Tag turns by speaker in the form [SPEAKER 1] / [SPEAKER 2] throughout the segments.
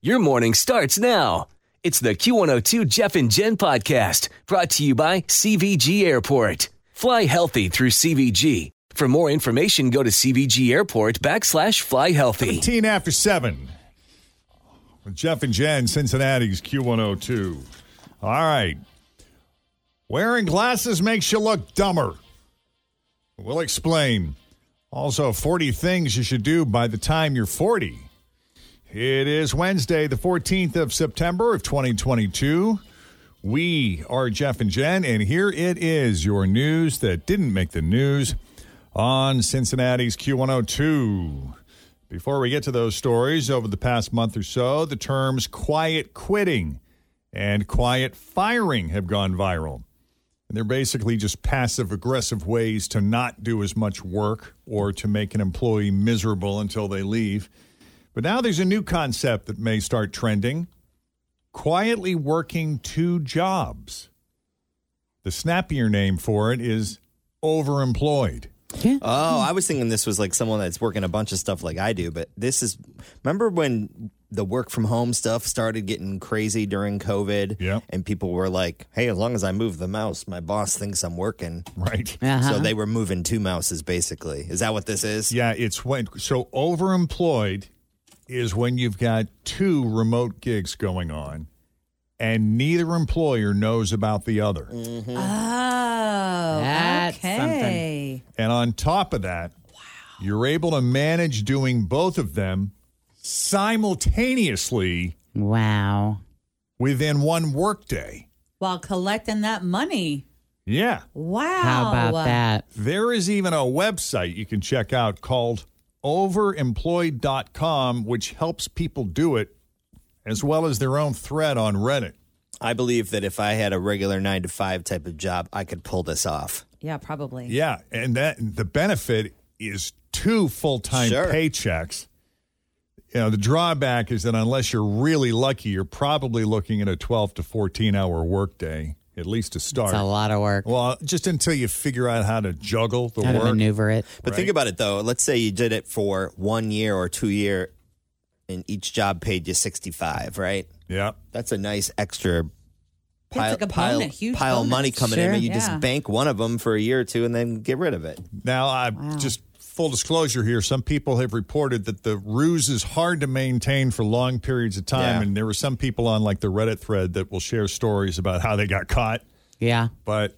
[SPEAKER 1] Your morning starts now. It's the Q102 Jeff and Jen podcast brought to you by CVG Airport. Fly healthy through CVG. For more information, go to CVG Airport backslash fly healthy.
[SPEAKER 2] 15 after 7 with Jeff and Jen, Cincinnati's Q102. All right. Wearing glasses makes you look dumber. We'll explain. Also, 40 things you should do by the time you're 40. It is Wednesday, the 14th of September of 2022. We are Jeff and Jen, and here it is your news that didn't make the news on Cincinnati's Q102. Before we get to those stories, over the past month or so, the terms quiet quitting and quiet firing have gone viral. And they're basically just passive aggressive ways to not do as much work or to make an employee miserable until they leave. But now there's a new concept that may start trending quietly working two jobs. The snappier name for it is overemployed.
[SPEAKER 3] Oh, I was thinking this was like someone that's working a bunch of stuff like I do, but this is remember when the work from home stuff started getting crazy during COVID?
[SPEAKER 2] Yep.
[SPEAKER 3] And people were like, Hey, as long as I move the mouse, my boss thinks I'm working.
[SPEAKER 2] Right.
[SPEAKER 3] So they were moving two mouses basically. Is that what this is?
[SPEAKER 2] Yeah, it's when so overemployed is when you've got two remote gigs going on and neither employer knows about the other.
[SPEAKER 4] Oh,
[SPEAKER 5] Mm-hmm. That's
[SPEAKER 4] okay.
[SPEAKER 2] And on top of that, you're able to manage doing both of them simultaneously
[SPEAKER 5] Wow.
[SPEAKER 2] within one workday.
[SPEAKER 4] While collecting that money.
[SPEAKER 2] Yeah.
[SPEAKER 4] Wow.
[SPEAKER 5] How about that?
[SPEAKER 2] There is even a website you can check out called overemployed.com, which helps people do it, as well as their own thread on Reddit.
[SPEAKER 3] I believe that if I had a regular nine to five type of job, I could pull this off.
[SPEAKER 4] Yeah, probably.
[SPEAKER 2] Yeah, and that the benefit is two full time
[SPEAKER 3] Sure.
[SPEAKER 2] paychecks. You know, the drawback is that unless you're really lucky, you're probably looking at a 12 to 14 hour workday, at least to start.
[SPEAKER 5] It's a lot of work.
[SPEAKER 2] Well, just until you figure out how to juggle the
[SPEAKER 5] How to
[SPEAKER 2] work.
[SPEAKER 5] maneuver it.
[SPEAKER 3] But think about it though. Let's say you did it for one year or two year and each job paid you sixty five, right?
[SPEAKER 2] Yeah.
[SPEAKER 3] That's a nice extra pile,
[SPEAKER 4] like a
[SPEAKER 3] pile,
[SPEAKER 4] bonus, huge
[SPEAKER 3] pile of money
[SPEAKER 4] bonus.
[SPEAKER 3] coming in,
[SPEAKER 5] Sure.
[SPEAKER 3] and you
[SPEAKER 4] Yeah.
[SPEAKER 3] just bank one of them for a year or two and then get rid of it.
[SPEAKER 2] Now, I just full disclosure here some people have reported that the ruse is hard to maintain for long periods of time.
[SPEAKER 3] Yeah.
[SPEAKER 2] And there were some people on like the Reddit thread that will share stories about how they got caught.
[SPEAKER 5] Yeah.
[SPEAKER 2] but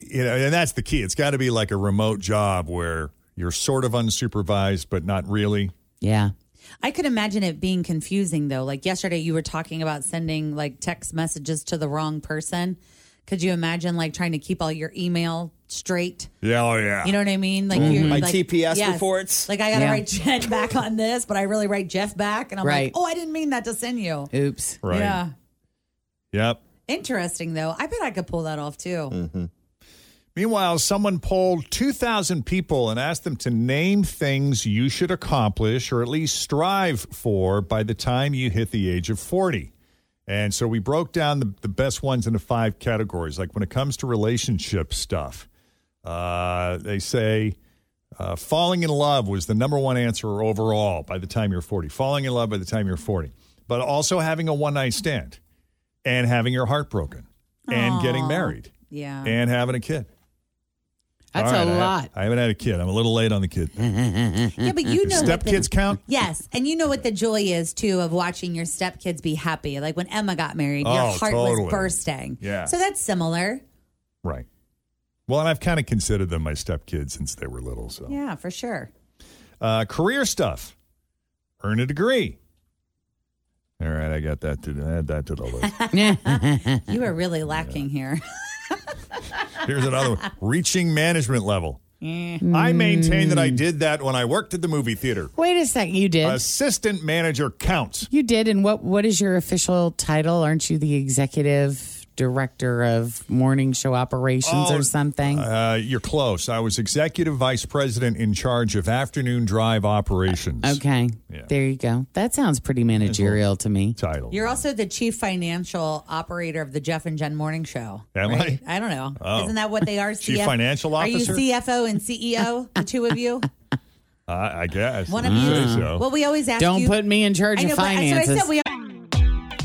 [SPEAKER 2] you know and that's the key it's got to be like a remote job where you're sort of unsupervised but not really
[SPEAKER 5] Yeah.
[SPEAKER 4] I could imagine it being confusing though. Like yesterday, you were talking about sending like text messages to the wrong person. Could you imagine like trying to keep all your email straight?
[SPEAKER 2] yeah oh yeah
[SPEAKER 4] You know what I mean? Like you're
[SPEAKER 3] My
[SPEAKER 4] like,
[SPEAKER 3] TPS
[SPEAKER 4] yes.
[SPEAKER 3] reports?
[SPEAKER 4] Like I gotta
[SPEAKER 5] Yeah.
[SPEAKER 4] write Jen back on this, but I really write Jeff back, and I'm like,
[SPEAKER 5] Right.
[SPEAKER 4] oh, I didn't mean that to send you.
[SPEAKER 5] Oops.
[SPEAKER 2] right
[SPEAKER 4] Yeah,
[SPEAKER 2] yep
[SPEAKER 4] interesting though. I bet I could pull that off too.
[SPEAKER 2] meanwhile someone polled 2000 people and asked them to name things you should accomplish or at least strive for by the time you hit the age of 40 and so we broke down the, the best ones into five categories like when it comes to relationship stuff uh, they say Uh, falling in love was the number one answer overall by the time you're 40. Falling in love by the time you're 40. But also having a one night stand and having your heart broken and getting married
[SPEAKER 4] Yeah.
[SPEAKER 2] and having a kid.
[SPEAKER 5] That's
[SPEAKER 2] All
[SPEAKER 5] a
[SPEAKER 2] right, I-
[SPEAKER 5] lot.
[SPEAKER 2] I, haven't had a kid. I'm a little late on the kid.
[SPEAKER 4] Yeah, but you know what
[SPEAKER 2] Step
[SPEAKER 4] the-
[SPEAKER 2] kids count?
[SPEAKER 4] Yes, and you know what the joy is too of watching your stepkids be happy. Like when Emma got married, your
[SPEAKER 2] Oh,
[SPEAKER 4] heart
[SPEAKER 2] totally.
[SPEAKER 4] was bursting.
[SPEAKER 2] Yeah.
[SPEAKER 4] So that's similar.
[SPEAKER 2] Right. Well, and I've kind of considered them my stepkids since they were little. So
[SPEAKER 4] Yeah, for sure.
[SPEAKER 2] Uh, career stuff. Earn a degree. All right, I got that to add that to the list.
[SPEAKER 4] You are really lacking here.
[SPEAKER 2] Here's another one. Reaching management level. I maintain that I did that when I worked at the movie theater.
[SPEAKER 5] Wait a second. You did.
[SPEAKER 2] Uh, Assistant manager counts.
[SPEAKER 5] you did. And what? What is your official title? Aren't you the executive director of morning show operations
[SPEAKER 2] Oh,
[SPEAKER 5] or something?
[SPEAKER 2] Uh, you're close. I was executive vice president in charge of afternoon drive operations.
[SPEAKER 5] okay.
[SPEAKER 2] yeah.
[SPEAKER 5] There you go. That sounds pretty managerial to me.
[SPEAKER 2] Title.
[SPEAKER 4] You're also the chief financial operator of the Jeff and Jen Morning Show.
[SPEAKER 2] Am I?
[SPEAKER 4] right? I don't know.
[SPEAKER 2] Oh.
[SPEAKER 4] Isn't that what they are?
[SPEAKER 2] Chief financial officer?
[SPEAKER 4] Are you CFO and CEO, the two of you?
[SPEAKER 2] I, I guess.
[SPEAKER 4] One of you?
[SPEAKER 2] I think so.
[SPEAKER 4] Well, we always ask
[SPEAKER 5] Don't
[SPEAKER 4] you.
[SPEAKER 5] put me in charge
[SPEAKER 4] I know,
[SPEAKER 5] of
[SPEAKER 4] but I- so I said
[SPEAKER 5] finances.
[SPEAKER 4] we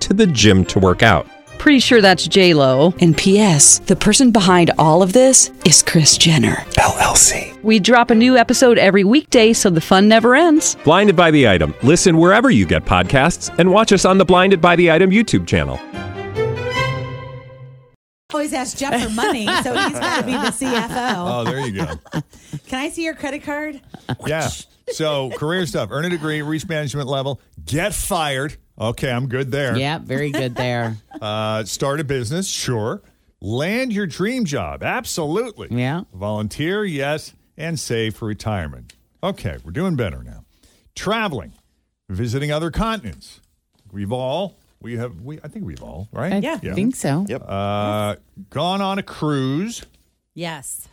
[SPEAKER 6] to the gym to work out.
[SPEAKER 7] Pretty sure that's J Lo.
[SPEAKER 8] And P.S. The person behind all of this is Chris Jenner.
[SPEAKER 6] LLC.
[SPEAKER 7] We drop a new episode every weekday, so the fun never ends.
[SPEAKER 6] Blinded by the item. Listen wherever you get podcasts, and watch us on the Blinded by the Item YouTube channel.
[SPEAKER 4] always ask Jeff for money, so he's got to be the CFO.
[SPEAKER 2] oh, there you go.
[SPEAKER 4] Can I see your credit card?
[SPEAKER 2] Yeah. So career stuff, earn a degree, reach management level, get fired. Okay, I'm good there.
[SPEAKER 5] yeah, very good there.
[SPEAKER 2] Uh, start a business, sure. Land your dream job, absolutely.
[SPEAKER 5] Yeah.
[SPEAKER 2] Volunteer, yes, and save for retirement. Okay, we're doing better now. Traveling, visiting other continents. We've all we have we I think we've all right.
[SPEAKER 5] I think so.
[SPEAKER 2] Uh, gone on a cruise.
[SPEAKER 4] Yes.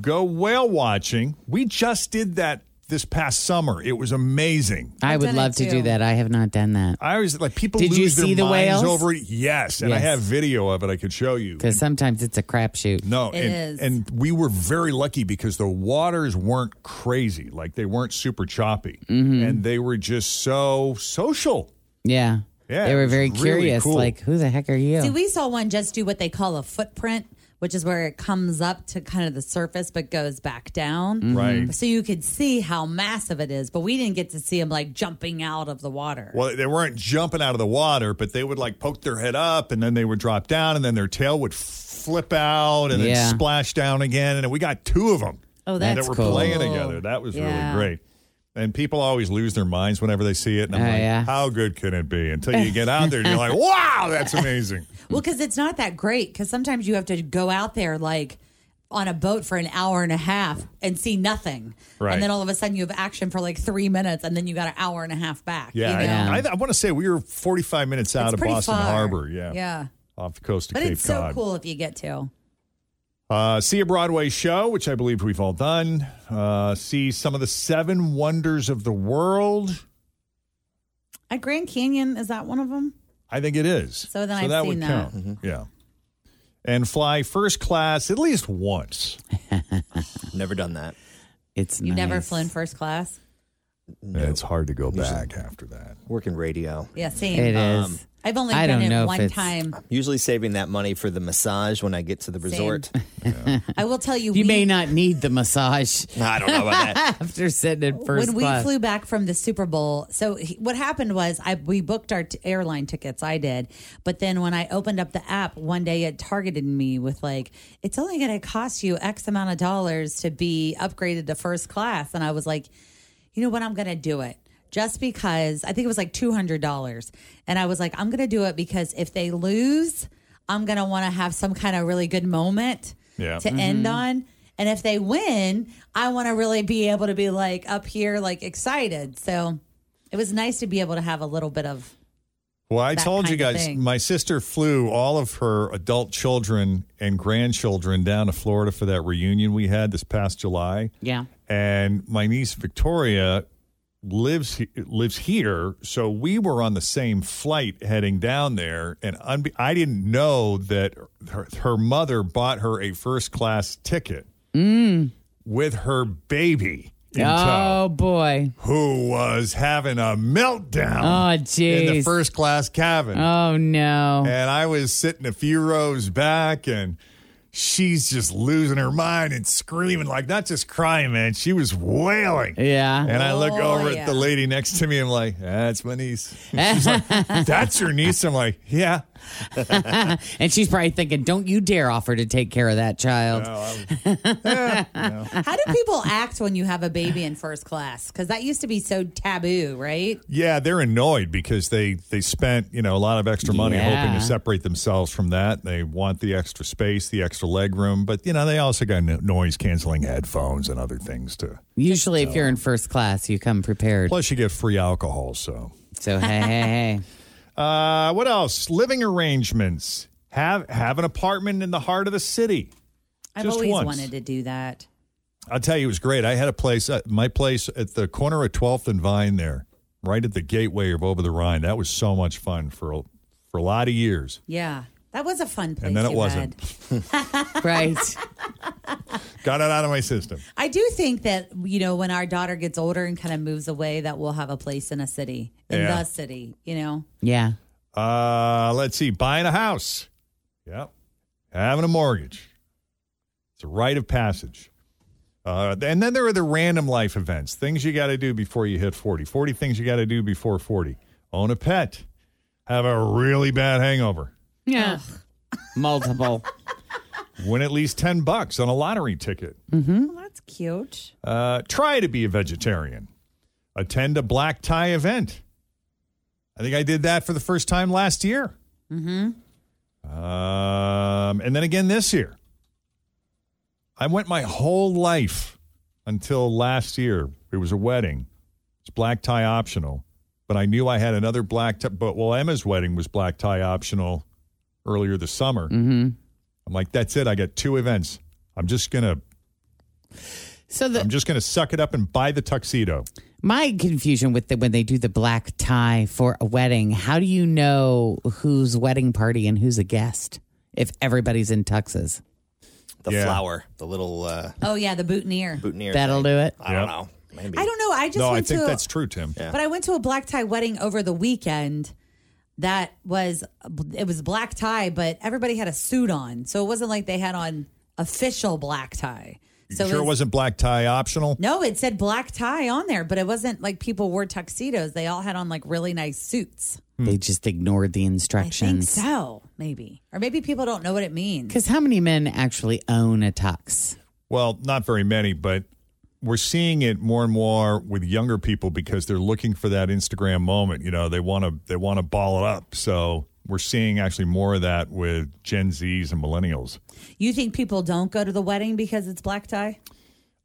[SPEAKER 2] Go whale watching. We just did that this past summer. It was amazing.
[SPEAKER 5] I
[SPEAKER 4] I've
[SPEAKER 5] would
[SPEAKER 4] done
[SPEAKER 5] love
[SPEAKER 4] it
[SPEAKER 5] to
[SPEAKER 4] too.
[SPEAKER 5] do that. I have not done that
[SPEAKER 2] I was like, people
[SPEAKER 5] Did
[SPEAKER 2] lose
[SPEAKER 5] you
[SPEAKER 2] their
[SPEAKER 5] see the
[SPEAKER 2] minds
[SPEAKER 5] whales?
[SPEAKER 2] over it. Yes, and I
[SPEAKER 5] Yes.
[SPEAKER 2] have video of it. I could show you.
[SPEAKER 5] because sometimes it's a crapshoot.
[SPEAKER 2] No,
[SPEAKER 4] It
[SPEAKER 2] and,
[SPEAKER 4] is.
[SPEAKER 2] and we were very lucky because the waters weren't crazy, like they weren't super choppy,
[SPEAKER 4] Mm-hmm.
[SPEAKER 2] and they were just so social.
[SPEAKER 5] Yeah.
[SPEAKER 2] Yeah,
[SPEAKER 5] They
[SPEAKER 2] it
[SPEAKER 5] were
[SPEAKER 2] was
[SPEAKER 5] very
[SPEAKER 2] really
[SPEAKER 5] curious,
[SPEAKER 2] cool.
[SPEAKER 5] like, who the heck are you?
[SPEAKER 4] See, we saw one just do what they call a footprint, which is where it comes up to kind of the surface but goes back down.
[SPEAKER 2] Mm-hmm. Right.
[SPEAKER 4] So you could see how massive it is, but we didn't get to see him like jumping out of the water.
[SPEAKER 2] Well, they weren't jumping out of the water, but they would like poke their head up, and then they would drop down, and then their tail would flip out, and
[SPEAKER 5] Yeah.
[SPEAKER 2] then splash down again. And we got two of them.
[SPEAKER 4] Oh,
[SPEAKER 2] that
[SPEAKER 4] that's
[SPEAKER 2] were
[SPEAKER 5] cool.
[SPEAKER 2] playing together. That was
[SPEAKER 4] Yeah.
[SPEAKER 2] really great. And people always lose their minds whenever they see it. And I'm
[SPEAKER 5] Oh,
[SPEAKER 2] like,
[SPEAKER 5] yeah.
[SPEAKER 2] how good can it be? Until you get out there and you're like, wow, that's amazing.
[SPEAKER 4] Well, because it's not that great, because sometimes you have to go out there like on a boat for an hour and a half and see nothing.
[SPEAKER 2] Right.
[SPEAKER 4] And then all of a sudden you have action for like three minutes and then you got an hour and a half back.
[SPEAKER 2] Yeah.
[SPEAKER 4] you know?
[SPEAKER 2] I, I, want to say we were 45 minutes out
[SPEAKER 4] It's
[SPEAKER 2] of
[SPEAKER 4] pretty
[SPEAKER 2] Boston
[SPEAKER 4] far.
[SPEAKER 2] Harbor. Yeah.
[SPEAKER 4] Yeah.
[SPEAKER 2] Off the coast of
[SPEAKER 4] But
[SPEAKER 2] Cape
[SPEAKER 4] it's so
[SPEAKER 2] Cod.
[SPEAKER 4] cool if you get to.
[SPEAKER 2] Uh, see a Broadway show, which I believe we've all done. Uh, see some of the seven wonders of the world.
[SPEAKER 4] At Grand Canyon, is that one of them?
[SPEAKER 2] I think it is.
[SPEAKER 4] So then I've
[SPEAKER 2] that
[SPEAKER 4] seen
[SPEAKER 2] would
[SPEAKER 4] that.
[SPEAKER 2] count. Yeah. And fly first class at least once.
[SPEAKER 3] Never done that.
[SPEAKER 5] it's
[SPEAKER 4] You never
[SPEAKER 5] nice.
[SPEAKER 4] flew in first class?
[SPEAKER 2] It's hard to go back after that.
[SPEAKER 3] Working radio.
[SPEAKER 4] Yeah, same.
[SPEAKER 5] It is.
[SPEAKER 2] Um,
[SPEAKER 4] I've only
[SPEAKER 5] I
[SPEAKER 4] been
[SPEAKER 5] don't
[SPEAKER 4] in
[SPEAKER 5] know if
[SPEAKER 4] one
[SPEAKER 5] it's-
[SPEAKER 4] time.
[SPEAKER 3] Usually saving that money for the massage when I get to the resort.
[SPEAKER 4] I will tell you,
[SPEAKER 5] you
[SPEAKER 4] we,
[SPEAKER 5] may not need the massage
[SPEAKER 3] I don't know about that.
[SPEAKER 5] after sitting in first
[SPEAKER 4] when we
[SPEAKER 5] class.
[SPEAKER 4] flew back from the Super Bowl. So he, what happened was, I we booked our t- airline tickets. I did, but then when I opened up the app one day, it targeted me with like, "It's only going to cost you X amount of dollars to be upgraded to first class," and I was like, "You know what? I'm going to do it." Just because I think it was like two hundred dollars, and I was like, "I'm going to do it because if they lose, I'm going to want to have some kind of really good moment."
[SPEAKER 2] Yeah.
[SPEAKER 4] to end on. And if they win, I want to really be able to be like up here, like excited. So it was nice to be able to have a little bit of
[SPEAKER 2] Well, I
[SPEAKER 4] that
[SPEAKER 2] told you
[SPEAKER 4] kind of
[SPEAKER 2] guys,
[SPEAKER 4] thing.
[SPEAKER 2] my sister flew all of her adult children and grandchildren down to Florida for that reunion we had this past July.
[SPEAKER 9] Yeah.
[SPEAKER 2] And my niece Victoria lives he- lives here, so we were on the same flight heading down there, and unbe- I didn't know that her, her mother bought her a first class ticket with her baby. In
[SPEAKER 5] Mm. Oh
[SPEAKER 2] tow,
[SPEAKER 5] boy.
[SPEAKER 2] who was having a meltdown?
[SPEAKER 5] Oh,
[SPEAKER 2] In the
[SPEAKER 5] jeez.
[SPEAKER 2] first class cabin.
[SPEAKER 5] Oh no.
[SPEAKER 2] And I was sitting a few rows back and she's just losing her mind and screaming, like not just crying, man. She was wailing.
[SPEAKER 5] Yeah.
[SPEAKER 2] And I look
[SPEAKER 4] Oh,
[SPEAKER 2] over
[SPEAKER 4] yeah.
[SPEAKER 2] at the lady next to me. I'm like, that's my niece. She's like, that's your niece. I'm like, yeah.
[SPEAKER 5] and she's probably thinking, "Don't you dare offer to take care of that child."
[SPEAKER 4] How do people act when you have a baby in first class? Because that used to be so taboo, right?
[SPEAKER 2] Yeah, they're annoyed because they they spent you know a lot of extra money hoping
[SPEAKER 5] Yeah.
[SPEAKER 2] to separate themselves from that. They want the extra space, the extra leg room, but you know they also got no- noise canceling headphones and other things too.
[SPEAKER 5] Usually, if you're in first class, you come prepared.
[SPEAKER 2] Plus, you get free alcohol, so.
[SPEAKER 5] So hey, hey, hey.
[SPEAKER 2] Uh, what else? Living arrangements. Have have an apartment in the heart of the city.
[SPEAKER 4] I've
[SPEAKER 2] Just
[SPEAKER 4] always
[SPEAKER 2] once.
[SPEAKER 4] wanted to do that.
[SPEAKER 2] I'll tell you, it was great. I had a place, uh, my place at the corner of 12th and Vine there, right at the gateway of Over the Rhine. That was so much fun for a, for a lot of years.
[SPEAKER 4] Yeah. That was a fun place.
[SPEAKER 2] And then it
[SPEAKER 4] you
[SPEAKER 2] wasn't.
[SPEAKER 4] had.
[SPEAKER 5] Right.
[SPEAKER 2] Got it out of my system.
[SPEAKER 4] I do think that, you know, when our daughter gets older and kind of moves away, that we'll have a place in a city, in
[SPEAKER 2] Yeah.
[SPEAKER 4] the city, you know?
[SPEAKER 5] yeah.
[SPEAKER 2] Uh, let's see, buying a house. Yep. Having a mortgage. It's a rite of passage. Uh, and then there are the random life events, things you got to do before you hit 40. 40 things you got to do before 40. Own a pet. Have a really bad hangover.
[SPEAKER 5] Yeah. Multiple.
[SPEAKER 2] Win at least 10 bucks on a lottery ticket.
[SPEAKER 4] Well, Mm, that's cute.
[SPEAKER 2] Uh, try to be a vegetarian. Attend a black tie event. I think I did that for the first time last year. Mm-hmm. Um, and then again this year. I went my whole life until last year. It was a wedding. It's black tie optional, but I knew I had another black tie. But well, Emma's wedding was black tie optional earlier this summer.
[SPEAKER 5] hmm
[SPEAKER 2] I'm like, that's it. I got two events. I'm just gonna
[SPEAKER 5] So the
[SPEAKER 2] I'm just going to suck it up and buy the tuxedo.
[SPEAKER 5] my confusion with the, when they do the black tie for a wedding, how do you know who's wedding party and who's a guest if everybody's in tuxes?
[SPEAKER 3] The
[SPEAKER 2] Yeah.
[SPEAKER 3] flower, the little uh,
[SPEAKER 4] Oh, yeah, the boutonniere.
[SPEAKER 3] boutonniere.
[SPEAKER 5] That'll
[SPEAKER 3] thing.
[SPEAKER 5] do it.
[SPEAKER 3] I don't
[SPEAKER 2] Yep.
[SPEAKER 3] know. Maybe.
[SPEAKER 4] I don't know. I just
[SPEAKER 2] no, I
[SPEAKER 4] went
[SPEAKER 2] think
[SPEAKER 4] to a-
[SPEAKER 2] that's true, Tim.
[SPEAKER 3] Yeah.
[SPEAKER 4] But I went to a black tie wedding over the weekend. That was it was black tie, but everybody had a suit on, so it wasn't like they had on official black tie. So
[SPEAKER 2] you sure it
[SPEAKER 4] was-
[SPEAKER 2] wasn't black tie optional?
[SPEAKER 4] No, it said black tie on there, but it wasn't like people wore tuxedos. They all had on like really nice suits.
[SPEAKER 5] They just ignored the
[SPEAKER 4] I think
[SPEAKER 5] instructions.
[SPEAKER 4] so, maybe, or maybe people don't know what it means.
[SPEAKER 5] Because how many men actually own a tux?
[SPEAKER 2] Well, not very many, but we're seeing it more and more with younger people because they're looking for that Instagram moment. You know, they want to they want to ball it up. So we're seeing actually more of that with Gen Zs and millennials.
[SPEAKER 4] You think people don't go to the wedding because it's black tie?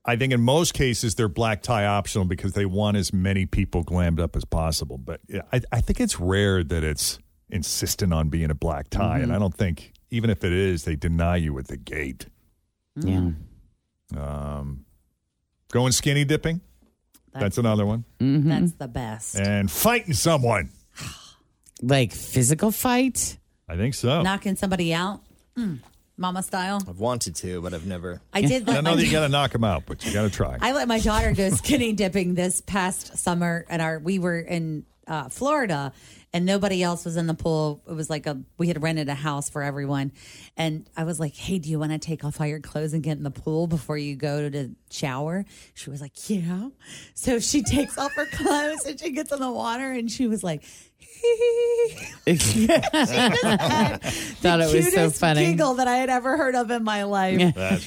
[SPEAKER 2] I think in most cases they're black tie optional because they want as many people glammed up as possible. But yeah, I, I think it's rare that it's insistent on being a black tie, and I don't think even if it is, they deny you at the gate.
[SPEAKER 5] Yeah.
[SPEAKER 2] Um, going skinny dipping, that's, Mm-hmm. another one,
[SPEAKER 4] That's the best.
[SPEAKER 2] and fighting someone.
[SPEAKER 5] Like physical fight?
[SPEAKER 2] I think so.
[SPEAKER 4] Knocking somebody out, Mm, mama style.
[SPEAKER 3] I've wanted to, but I've never.
[SPEAKER 4] I did.
[SPEAKER 2] Oh. I don't
[SPEAKER 4] let
[SPEAKER 2] know
[SPEAKER 4] my-
[SPEAKER 2] that you got to knock them out, but you got to try.
[SPEAKER 4] I let my daughter go skinny dipping this past summer, and our we were in uh, Florida, and nobody else was in the pool. It was like a we had rented a house for everyone, and I was like, "Hey, do you want to take off all your clothes and get in the pool before you go to shower?" She was like, "Yeah." So she takes off her clothes and she gets in the water, and she was like.
[SPEAKER 5] Thought it was so
[SPEAKER 4] cutest
[SPEAKER 5] funny.
[SPEAKER 4] giggle that I had ever heard of in my life.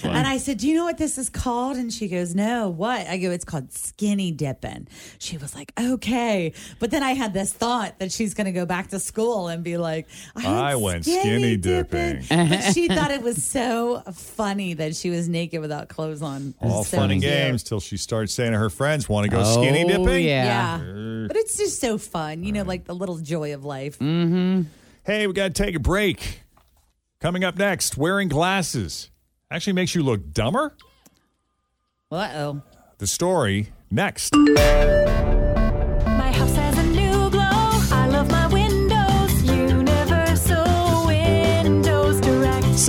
[SPEAKER 4] And I said, "Do you know what this is called?" And she goes, "No, what?" I go, "It's called skinny dipping." She was like, "Okay," but then I had this thought that she's going to go back to school and be like, "I,
[SPEAKER 2] I went skinny dipping.
[SPEAKER 4] but she thought it was so funny that she was naked without clothes on.
[SPEAKER 2] All
[SPEAKER 4] so
[SPEAKER 2] fun and
[SPEAKER 4] cute.
[SPEAKER 2] games till she starts saying to her friends, "Want to go
[SPEAKER 5] oh,
[SPEAKER 2] skinny dipping?"
[SPEAKER 5] Yeah.
[SPEAKER 4] Yeah. But it's just so fun, you know, like the little joy of life.
[SPEAKER 5] Mm.
[SPEAKER 2] Mm-hmm. Hey, we got to take a break. Coming up next, wearing glasses actually makes you look dumber.
[SPEAKER 4] Well, uh-oh.
[SPEAKER 2] The story next.
[SPEAKER 10] My house has a new glow. I love my windows. Universal Windows Direct.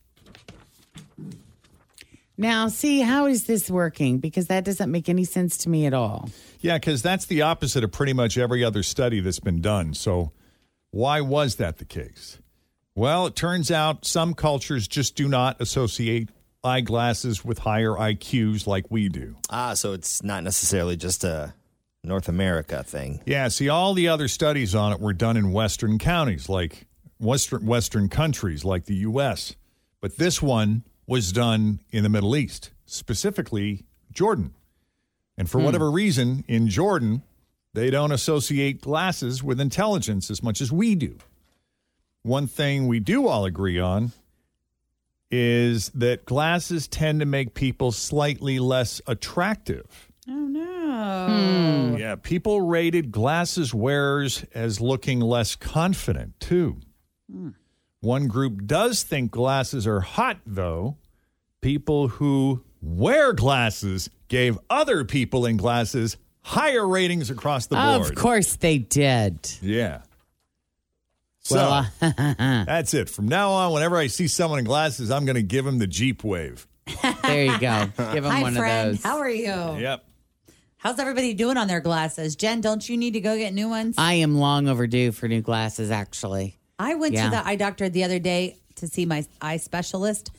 [SPEAKER 5] Now, see, how is this working? Because that doesn't make any sense to me at all.
[SPEAKER 2] Yeah, because that's the opposite of pretty much every other study that's been done. So, why was that the case? Well, it turns out some cultures just do not associate eyeglasses with higher IQs like we do.
[SPEAKER 3] Ah, so it's not necessarily just a North America thing.
[SPEAKER 2] Yeah, see, all the other studies on it were done in Western counties, like Western, Western countries like the U.S., but this one was done in the Middle East, specifically Jordan. And for whatever reason, in Jordan, they don't associate glasses with intelligence as much as we do. One thing we do all agree on is that glasses tend to make people slightly less attractive.
[SPEAKER 4] Oh, no.
[SPEAKER 2] Yeah, people rated glasses wearers as looking less confident, too.
[SPEAKER 4] Hmm.
[SPEAKER 2] One group does think glasses are hot, though. People who wear glasses gave other people in glasses higher ratings across the board.
[SPEAKER 5] Of course they did.
[SPEAKER 2] Yeah. So
[SPEAKER 5] Well,
[SPEAKER 2] that's it. From now on, whenever I see someone in glasses, I'm going to give him the Jeep wave.
[SPEAKER 5] There you go. Give him
[SPEAKER 4] Hi,
[SPEAKER 5] one
[SPEAKER 4] friend.
[SPEAKER 5] of those.
[SPEAKER 4] How are you?
[SPEAKER 2] Yep.
[SPEAKER 4] How's everybody doing on their glasses? Jen, don't you need to go get new ones?
[SPEAKER 5] I am long overdue for new glasses, actually.
[SPEAKER 4] I went
[SPEAKER 5] Yeah.
[SPEAKER 4] to the eye doctor the other day to see my eye specialist,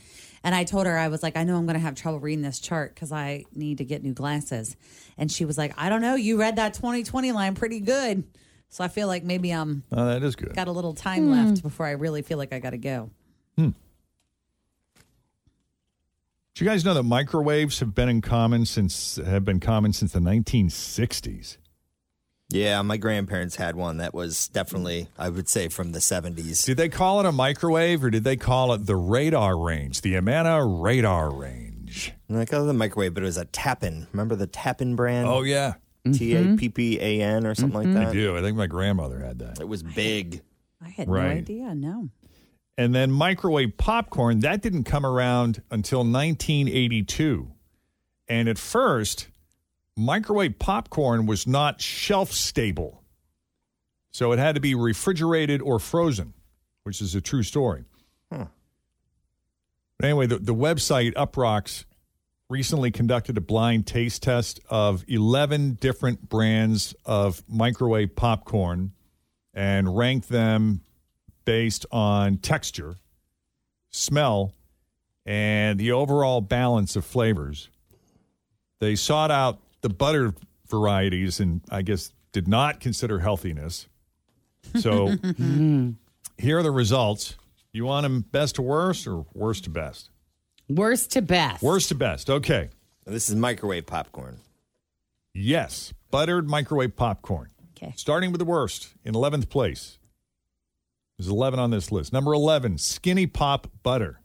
[SPEAKER 4] and I told her I was like, I know I'm going to have trouble reading this chart because I need to get new glasses. And she was like, I don't know. You read that 2020 line pretty good, so I feel like maybe I'm
[SPEAKER 2] Oh, that is good.
[SPEAKER 4] got a little
[SPEAKER 5] Hmm.
[SPEAKER 4] time left before I really feel like I got to go.
[SPEAKER 2] Do you guys know that microwaves have been in common since have been common since the 1960s?
[SPEAKER 3] Yeah, my grandparents had one that was definitely, I would say, from the 70s.
[SPEAKER 2] Did they call it a microwave or did they call it the radar range, the Amana radar range?
[SPEAKER 3] Like other than microwave, but it was a Tappan. Remember the Tappan brand?
[SPEAKER 2] Oh yeah, Mm-hmm.
[SPEAKER 3] T A P P A N or something
[SPEAKER 2] I
[SPEAKER 3] like that.
[SPEAKER 2] do. I think my grandmother had that.
[SPEAKER 3] It was big.
[SPEAKER 4] I had no
[SPEAKER 2] Right.
[SPEAKER 4] idea. No.
[SPEAKER 2] And then microwave popcorn that didn't come around until 1982. And at first, microwave popcorn was not shelf stable. So it had to be refrigerated or frozen, which is a true story.
[SPEAKER 3] Huh.
[SPEAKER 2] But anyway, the, the website UpRocks recently conducted a blind taste test of 11 different brands of microwave popcorn and ranked them based on texture, smell, and the overall balance of flavors. They sought out the butter varieties and I guess did not consider healthiness. So here are the results. You want them best to worst or worst to best?
[SPEAKER 5] Worst to best.
[SPEAKER 2] Worst to best. Okay.
[SPEAKER 3] This is microwave popcorn.
[SPEAKER 2] Yes. Buttered microwave popcorn.
[SPEAKER 4] Okay.
[SPEAKER 2] Starting with the worst in 11th place. There's 11 on this list. Number 11, Skinny Pop Butter.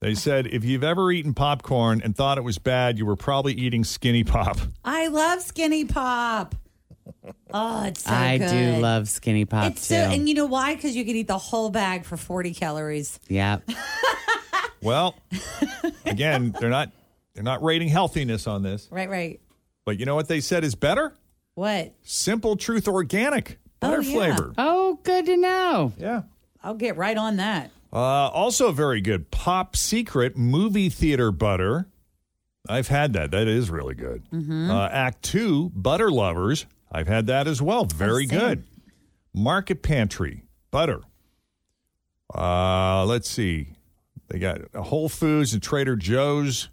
[SPEAKER 2] They said if you've ever eaten popcorn and thought it was bad, you were probably eating Skinny Pop.
[SPEAKER 4] I love Skinny Pop. Oh, it's so
[SPEAKER 5] I
[SPEAKER 4] good.
[SPEAKER 5] do love skinny pop
[SPEAKER 4] It's
[SPEAKER 5] too.
[SPEAKER 4] so, and you know why? Because you can eat the whole bag for 40 calories.
[SPEAKER 5] yeah.
[SPEAKER 2] Well, again, they're not they're not rating healthiness on this,
[SPEAKER 4] Right, right.
[SPEAKER 2] but you know what they said is better?
[SPEAKER 4] What?
[SPEAKER 2] Simple Truth Organic. Butter flavor.
[SPEAKER 4] Oh, good to know.
[SPEAKER 2] Yeah.
[SPEAKER 4] I'll get right on that.
[SPEAKER 2] Uh, also very good. Pop Secret Movie Theater Butter. I've had that. That is really good.
[SPEAKER 4] Mhm.
[SPEAKER 2] Uh, Act Two Butter Lovers. I've had that as well. Very
[SPEAKER 4] same.
[SPEAKER 2] good. Market Pantry Butter. Uh, let's see. They got Whole Foods and Trader Joe's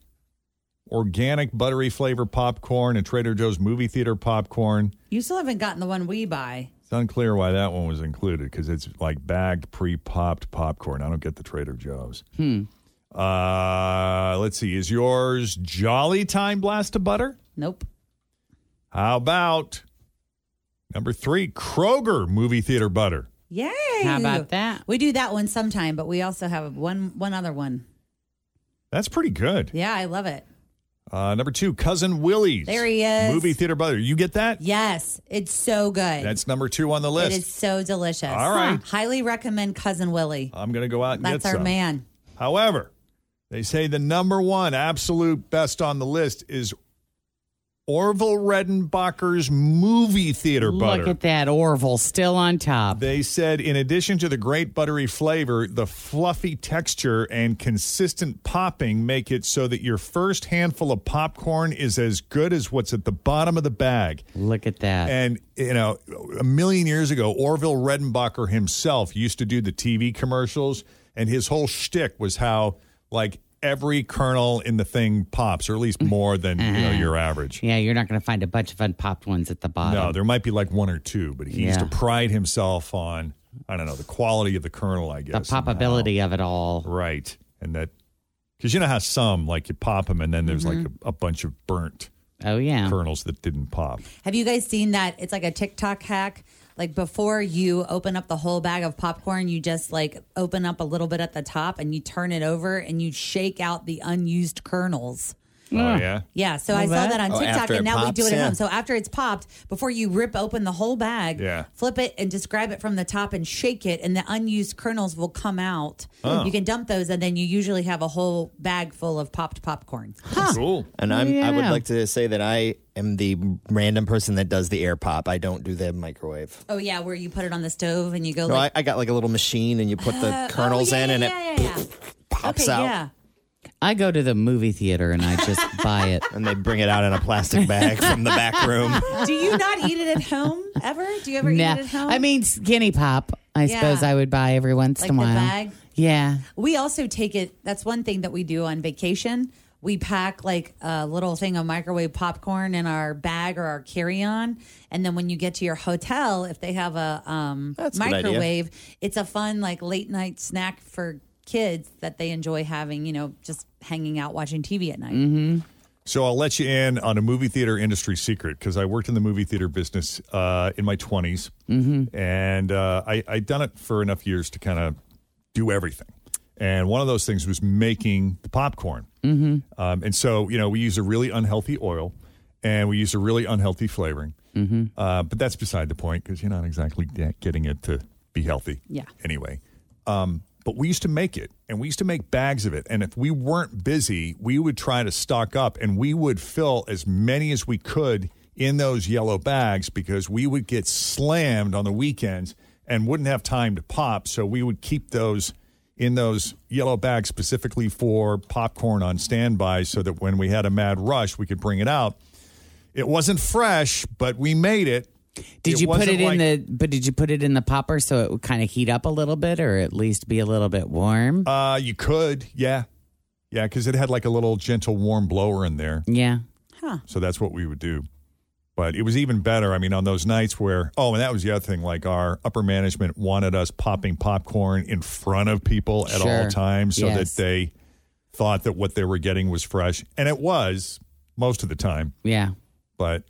[SPEAKER 2] organic buttery flavor popcorn and Trader Joe's movie theater popcorn.
[SPEAKER 4] You still haven't gotten the one we buy.
[SPEAKER 2] It's unclear why that one was included because it's like bagged, pre popped popcorn. I don't get the Trader Joe's.
[SPEAKER 5] Hmm.
[SPEAKER 2] Uh, let's see. Is yours Jolly Time Blast of Butter?
[SPEAKER 4] Nope.
[SPEAKER 2] How about number three, Kroger Movie Theater Butter?
[SPEAKER 4] Yay!
[SPEAKER 2] How about
[SPEAKER 4] that? We do that one sometime, but we also have one one other one.
[SPEAKER 2] That's pretty good.
[SPEAKER 4] Yeah, I love it.
[SPEAKER 2] Uh, number two, Cousin Willie's.
[SPEAKER 4] There he is.
[SPEAKER 2] Movie Theater Butter. You get that?
[SPEAKER 4] Yes, it's so good.
[SPEAKER 2] That's number two on the list.
[SPEAKER 4] It is so delicious.
[SPEAKER 2] All right.
[SPEAKER 4] Highly recommend Cousin Willie.
[SPEAKER 2] I'm going to go out and
[SPEAKER 4] That's
[SPEAKER 2] get
[SPEAKER 4] our
[SPEAKER 2] some.
[SPEAKER 4] man.
[SPEAKER 2] However, they say the number one absolute best on the list is Orville Redenbacher's movie theater butter.
[SPEAKER 5] Look at that Orville still on top.
[SPEAKER 2] They said, in addition to the great buttery flavor, the fluffy texture and consistent popping make it so that your first handful of popcorn is as good as what's at the bottom of the bag.
[SPEAKER 5] Look at that.
[SPEAKER 2] And, you know, a million years ago, Orville Redenbacher himself used to do the TV commercials, and his whole shtick was how, like, every kernel in the thing pops, or at least more than, you know,
[SPEAKER 5] Uh-huh.
[SPEAKER 2] your average.
[SPEAKER 5] Yeah, you're not going to find a bunch of unpopped ones at the bottom.
[SPEAKER 2] No, there might be like one or two, but he used to
[SPEAKER 5] Yeah.
[SPEAKER 2] pride himself on, I don't know, the quality of the kernel, I guess.
[SPEAKER 5] The poppability of it all.
[SPEAKER 2] Right. And that, because you know how some, like you pop them and then there's like
[SPEAKER 4] Mhm.
[SPEAKER 2] a, a bunch of burnt
[SPEAKER 5] oh Mm-hmm. yeah
[SPEAKER 2] kernels that didn't pop.
[SPEAKER 4] Have you guys seen that? It's like a TikTok hack. Like before you open up the whole bag of popcorn, you just like open up a little bit at the top and you turn it over and you shake out the unused kernels.
[SPEAKER 2] Oh, yeah.
[SPEAKER 4] Yeah, so I
[SPEAKER 2] Well,
[SPEAKER 4] saw
[SPEAKER 2] that-
[SPEAKER 4] that on
[SPEAKER 2] Oh,
[SPEAKER 4] TikTok,
[SPEAKER 2] after it
[SPEAKER 4] and now we do
[SPEAKER 2] pops,
[SPEAKER 4] it at
[SPEAKER 2] yeah.
[SPEAKER 4] home. So after it's popped, before you rip open the whole bag,
[SPEAKER 2] Yeah.
[SPEAKER 4] flip it and just grab it from the top and shake it, and the unused kernels will come out.
[SPEAKER 3] Oh.
[SPEAKER 4] You can dump those, and then you usually have a whole bag full of popped popcorn.
[SPEAKER 2] Cool.
[SPEAKER 3] And I'm, I would
[SPEAKER 4] Yeah.
[SPEAKER 3] like to say that I am the random person that does the air pop. I don't do the microwave.
[SPEAKER 4] Oh yeah, where you put it on the stove and you go
[SPEAKER 3] No,
[SPEAKER 4] like,
[SPEAKER 3] I, I got like a little machine and you put
[SPEAKER 4] Uh,
[SPEAKER 3] the
[SPEAKER 4] oh,
[SPEAKER 3] kernels
[SPEAKER 4] yeah,
[SPEAKER 3] in and
[SPEAKER 4] yeah,
[SPEAKER 3] it
[SPEAKER 4] yeah, yeah.
[SPEAKER 3] pops
[SPEAKER 4] okay,
[SPEAKER 3] out.
[SPEAKER 4] Yeah.
[SPEAKER 5] I go to the movie theater and I just buy it.
[SPEAKER 3] And they bring it out in a plastic bag from the back room.
[SPEAKER 4] Do you not eat it at home ever? Do you ever eat
[SPEAKER 5] Nah,
[SPEAKER 4] it at home?
[SPEAKER 5] I mean, skinny pop, I
[SPEAKER 4] Yeah.
[SPEAKER 5] suppose I would buy every once
[SPEAKER 4] Like
[SPEAKER 5] in a
[SPEAKER 4] the
[SPEAKER 5] while.
[SPEAKER 4] bag?
[SPEAKER 5] Yeah.
[SPEAKER 4] We also take it. That's one thing that we do on vacation. We pack like a little thing of microwave popcorn in our bag or our carry-on, and then when you get to your hotel, if they have a um,
[SPEAKER 3] That's a good idea.
[SPEAKER 4] microwave, it's a fun like late night snack for kids that they enjoy having. You know, just hanging out watching TV at night.
[SPEAKER 2] Mm-hmm. So I'll let you in on a movie theater industry secret because I worked in the movie theater business uh, in my 20s. Mm-hmm. And uh, I, I'd done it for enough years to kind of do everything. And one of those things was making the popcorn.
[SPEAKER 11] Mm-hmm.
[SPEAKER 2] Um, and so, you know, we use a really unhealthy oil and we use a really unhealthy flavoring.
[SPEAKER 11] Mhm.
[SPEAKER 2] Uh, but that's beside the point because you're not exactly get- getting it to be healthy.
[SPEAKER 11] Yeah.
[SPEAKER 2] Anyway. Um, but we used to make it and we used to make bags of it. And if we weren't busy, we would try to stock up and we would fill as many as we could in those yellow bags because we would get slammed on the weekends and wouldn't have time to pop. So we would keep those in those yellow bags specifically for popcorn on standby so that when we had a mad rush, we could bring it out. It wasn't fresh, but we made it.
[SPEAKER 5] Did you put
[SPEAKER 2] wasn't
[SPEAKER 5] it in
[SPEAKER 2] like-
[SPEAKER 5] the? But did you put it in the popper so it would kind of heat up a little bit, or at least be a little bit warm?
[SPEAKER 2] Uh, you could, yeah, yeah, because it had like a little gentle warm blower in there.
[SPEAKER 5] Yeah.
[SPEAKER 4] Huh.
[SPEAKER 2] So that's what we would do. But it was even better. I mean, on those nights where oh, and that was the other thing. Like our upper management wanted us popping popcorn in front of people at all
[SPEAKER 11] Sure.
[SPEAKER 2] times, so
[SPEAKER 11] Yes.
[SPEAKER 2] that they thought that what they were getting was fresh, and it was most of the time.
[SPEAKER 5] Yeah.
[SPEAKER 2] But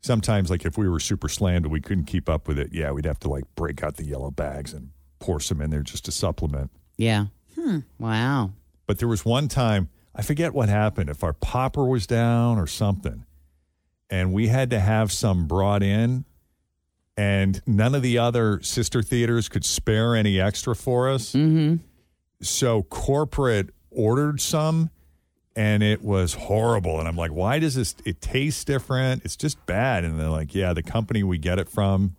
[SPEAKER 2] sometimes, like if we were super slammed and we couldn't keep up with it, yeah, we'd have to like break out the yellow bags and pour some in there just to supplement.
[SPEAKER 5] Yeah. Hmm. Wow.
[SPEAKER 2] But there was one time, I forget what happened, if our popper was down or something, and we had to have some brought in, and none of the other sister theaters could spare any extra for us. Mm-hmm. So corporate ordered some, and it was horrible. And I'm like, why does this? It tastes different. It's just bad. And they're like, yeah, the company we get it from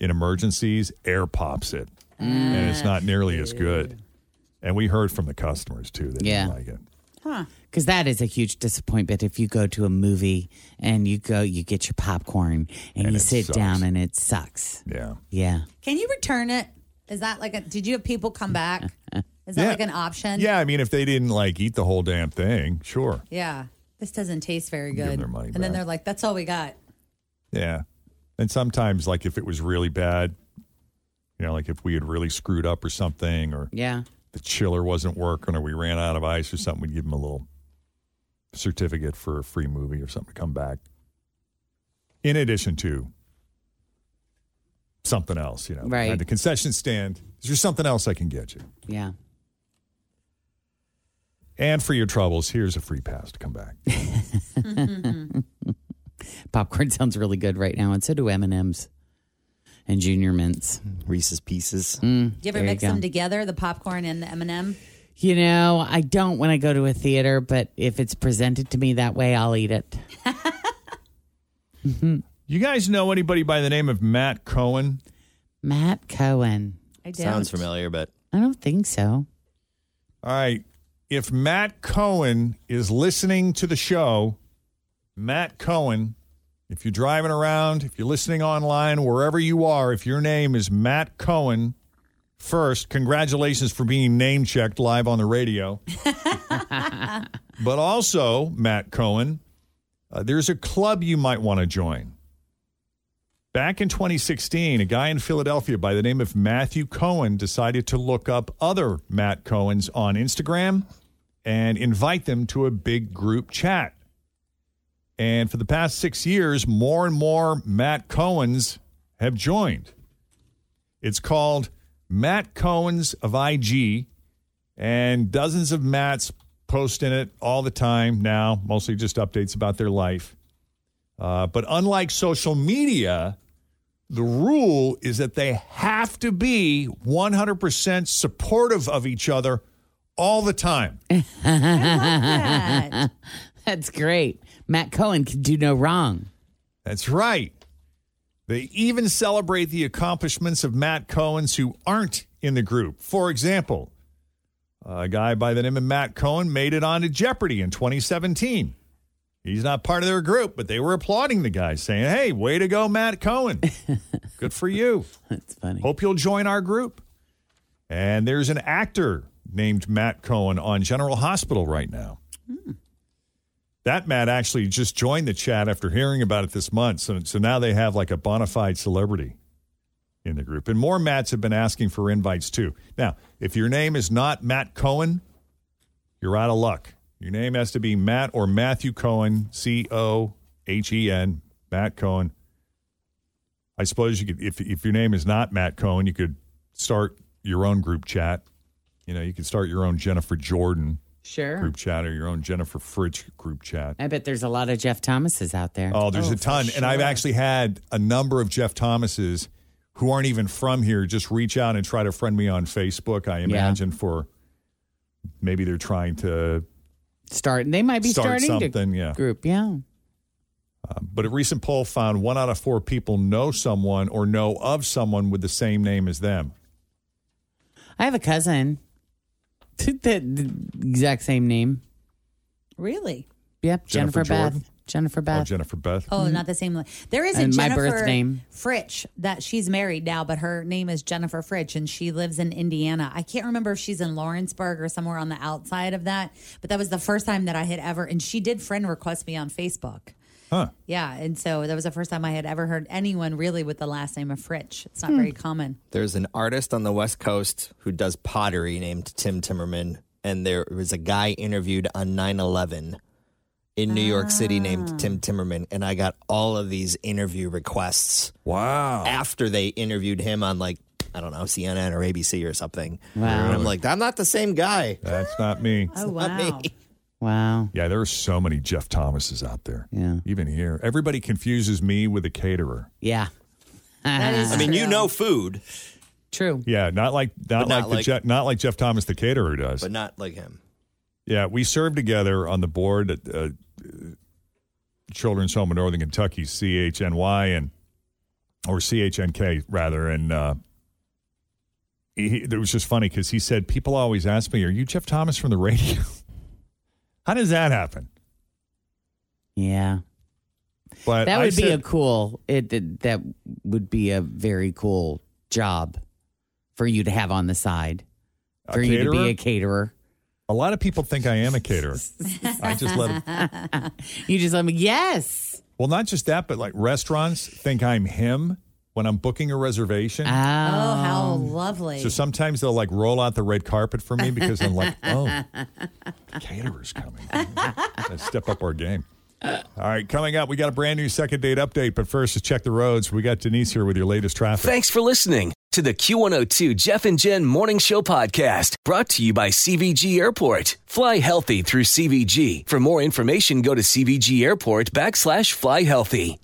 [SPEAKER 2] in emergencies air pops it, and it's not nearly as good. And we heard from the customers too that yeah.
[SPEAKER 5] Yeah.
[SPEAKER 2] didn't like it.
[SPEAKER 9] Huh.
[SPEAKER 5] Because that is a huge disappointment if you go to a movie and you go, you get your popcorn and,
[SPEAKER 2] And
[SPEAKER 5] you
[SPEAKER 2] it
[SPEAKER 5] sit
[SPEAKER 2] sucks.
[SPEAKER 5] down and it sucks.
[SPEAKER 2] Yeah.
[SPEAKER 5] Yeah.
[SPEAKER 4] Can you return it? Is that like a? Did you have people come back? Is that
[SPEAKER 2] Yeah.
[SPEAKER 4] like an option?
[SPEAKER 2] Yeah, I mean, if they didn't like eat the whole damn thing, sure.
[SPEAKER 4] Yeah. This doesn't taste very
[SPEAKER 2] Give 'em
[SPEAKER 4] good.
[SPEAKER 2] their money
[SPEAKER 4] and then
[SPEAKER 2] back.
[SPEAKER 4] they're like, "That's all we got."
[SPEAKER 2] Yeah. And sometimes, like, if it was really bad, you know, like if we had really screwed up or something, or
[SPEAKER 5] Yeah.
[SPEAKER 2] the chiller wasn't working, or we ran out of ice or something, we'd give them a little certificate for a free movie or something to come back. In addition to something else, you know,
[SPEAKER 5] Right.
[SPEAKER 2] at the concession stand, is there something else I can get you?
[SPEAKER 5] Yeah.
[SPEAKER 2] And for your troubles, here's a free pass to come back.
[SPEAKER 5] Popcorn sounds really good right now, and so do M and M's and Junior Mints.
[SPEAKER 3] Reese's Pieces.
[SPEAKER 5] Mm,
[SPEAKER 4] Do you ever
[SPEAKER 5] there
[SPEAKER 4] mix
[SPEAKER 5] go.
[SPEAKER 4] them together, the popcorn and the M and m
[SPEAKER 5] You know, I don't when I go to a theater, but if it's presented to me that way, I'll eat it.
[SPEAKER 2] You guys know anybody by the name of Matt Cohen?
[SPEAKER 5] Matt Cohen.
[SPEAKER 4] I
[SPEAKER 3] Sounds familiar, but
[SPEAKER 5] I don't think so.
[SPEAKER 2] All right. If Matt Cohen is listening to the show, Matt Cohen, if you're driving around, if you're listening online, wherever you are, if your name is Matt Cohen, first, congratulations for being name checked live on the radio. but also, Matt Cohen, uh, there's a club you might want to join. Back in 2016, a guy in Philadelphia by the name of Matthew Cohen decided to look up other Matt Cohens on Instagram and invite them to a big group chat. And for the past six years, more and more Matt Cohens have joined. It's called Matt Cohens of IG, and dozens of Matts post in it all the time now, mostly just updates about their life. Uh, but unlike social media, the rule is that they have to be 100% supportive of each other all the time.
[SPEAKER 4] that.
[SPEAKER 5] That's great. Matt Cohen can do no wrong.
[SPEAKER 2] That's right. They even celebrate the accomplishments of Matt Cohen's who aren't in the group. For example, a guy by the name of Matt Cohen made it onto Jeopardy in 2017. He's not part of their group, but they were applauding the guy, saying, Hey, way to go, Matt Cohen. Good for you.
[SPEAKER 5] That's funny.
[SPEAKER 2] Hope you'll join our group. And there's an actor named Matt Cohen on General Hospital right now. That Matt actually just joined the chat after hearing about it this month. So, so now they have like a bona fide celebrity in the group. And more Matts have been asking for invites too. Now, if your name is not Matt Cohen, you're out of luck. Your name has to be Matt or Matthew Cohen, C O H E N, Matt Cohen. I suppose you could, if, if your name is not Matt Cohen, you could start your own group chat. You know, you could start your own Jennifer Jordan
[SPEAKER 5] Sure.
[SPEAKER 2] group chat or your own Jennifer Fritsch group chat.
[SPEAKER 5] I bet there's a lot of Jeff Thomases out there.
[SPEAKER 2] Oh, there's a ton. And I've actually had a number of Jeff Thomases who aren't even from here just reach out and try to friend me on Facebook. I imagine for maybe they're trying to,
[SPEAKER 5] Start. They might be
[SPEAKER 2] Start
[SPEAKER 5] starting
[SPEAKER 2] something,
[SPEAKER 5] to
[SPEAKER 2] yeah.
[SPEAKER 5] group. Yeah.
[SPEAKER 2] uh, but a recent poll found one out of four people know someone or know of someone with the same name as them. Oh,
[SPEAKER 5] I have a cousin. That the exact same name.
[SPEAKER 4] Really?
[SPEAKER 5] Yep.
[SPEAKER 2] Jennifer
[SPEAKER 5] Jennifer,
[SPEAKER 2] Jordan?
[SPEAKER 5] Beth. Jennifer
[SPEAKER 2] Oh,
[SPEAKER 5] Beth.
[SPEAKER 2] Jennifer Beth.
[SPEAKER 4] Oh, not the same. Li- there is a
[SPEAKER 5] And my
[SPEAKER 4] Jennifer
[SPEAKER 5] birth name.
[SPEAKER 4] Fritsch that she's married now, but her name is Jennifer Fritsch, and she lives in Indiana. I can't remember if she's in Lawrenceburg or somewhere on the outside of that, but that was the first time that I had ever. And she did friend request me on Facebook.
[SPEAKER 2] Huh.
[SPEAKER 4] Yeah, and so that was the first time I had ever heard anyone really with the last name of Fritsch. It's not very common.
[SPEAKER 3] There's an artist on the West Coast who does pottery named Tim Timmerman, and there was a guy interviewed on 9 11 in New York City named Tim Timmerman, and I got all of these interview requests
[SPEAKER 2] Wow.
[SPEAKER 3] after they interviewed him on, like, I don't know, CNN or ABC or something.
[SPEAKER 5] Wow.
[SPEAKER 3] And I'm like, I'm not the same guy.
[SPEAKER 2] That's not me.
[SPEAKER 4] Oh wow!
[SPEAKER 3] not me.
[SPEAKER 5] Wow.
[SPEAKER 2] Yeah, there are so many Jeff Thomases out there.
[SPEAKER 5] Yeah.
[SPEAKER 2] Even here. Everybody confuses me with a caterer.
[SPEAKER 5] Yeah.
[SPEAKER 4] That is
[SPEAKER 3] I mean, you
[SPEAKER 4] true.
[SPEAKER 3] know food,
[SPEAKER 5] True.
[SPEAKER 2] Yeah, not like not like
[SPEAKER 3] But not
[SPEAKER 2] the
[SPEAKER 3] like-
[SPEAKER 2] Je- not like Jeff Thomas the caterer does.
[SPEAKER 3] but not like him.
[SPEAKER 2] Yeah, we served together on the board at uh, Children's Home in Northern Kentucky, CHNY, and or CHNK rather, and uh, he, it was just funny because he said people always ask me, "Are you Jeff Thomas from the radio?" How does that happen?
[SPEAKER 5] Yeah,
[SPEAKER 2] but
[SPEAKER 5] that
[SPEAKER 2] I
[SPEAKER 5] would be a
[SPEAKER 2] said-
[SPEAKER 5] cool. It, it- that would be a very cool job for you to have on the side.
[SPEAKER 2] A
[SPEAKER 5] For you to be
[SPEAKER 2] caterer?
[SPEAKER 5] a caterer.
[SPEAKER 2] A lot of people think I am a caterer. I just let
[SPEAKER 5] you just let me. Yes.
[SPEAKER 2] Well, not just that, but like restaurants think I'm him when I'm booking a reservation.
[SPEAKER 4] Oh, how lovely.
[SPEAKER 2] So sometimes they'll like roll out the red carpet for me because I'm like, oh, caterers coming. Let's step up our game. All right, coming up, we got a brand new second date update, but first, let's check the roads. We got Denise here with your latest traffic.
[SPEAKER 1] Thanks for listening to the Q102 Jeff and Jen Morning Show podcast brought to you by CVG Airport. Fly healthy through CVG. For more information, go to CVG Airport backslash fly healthy.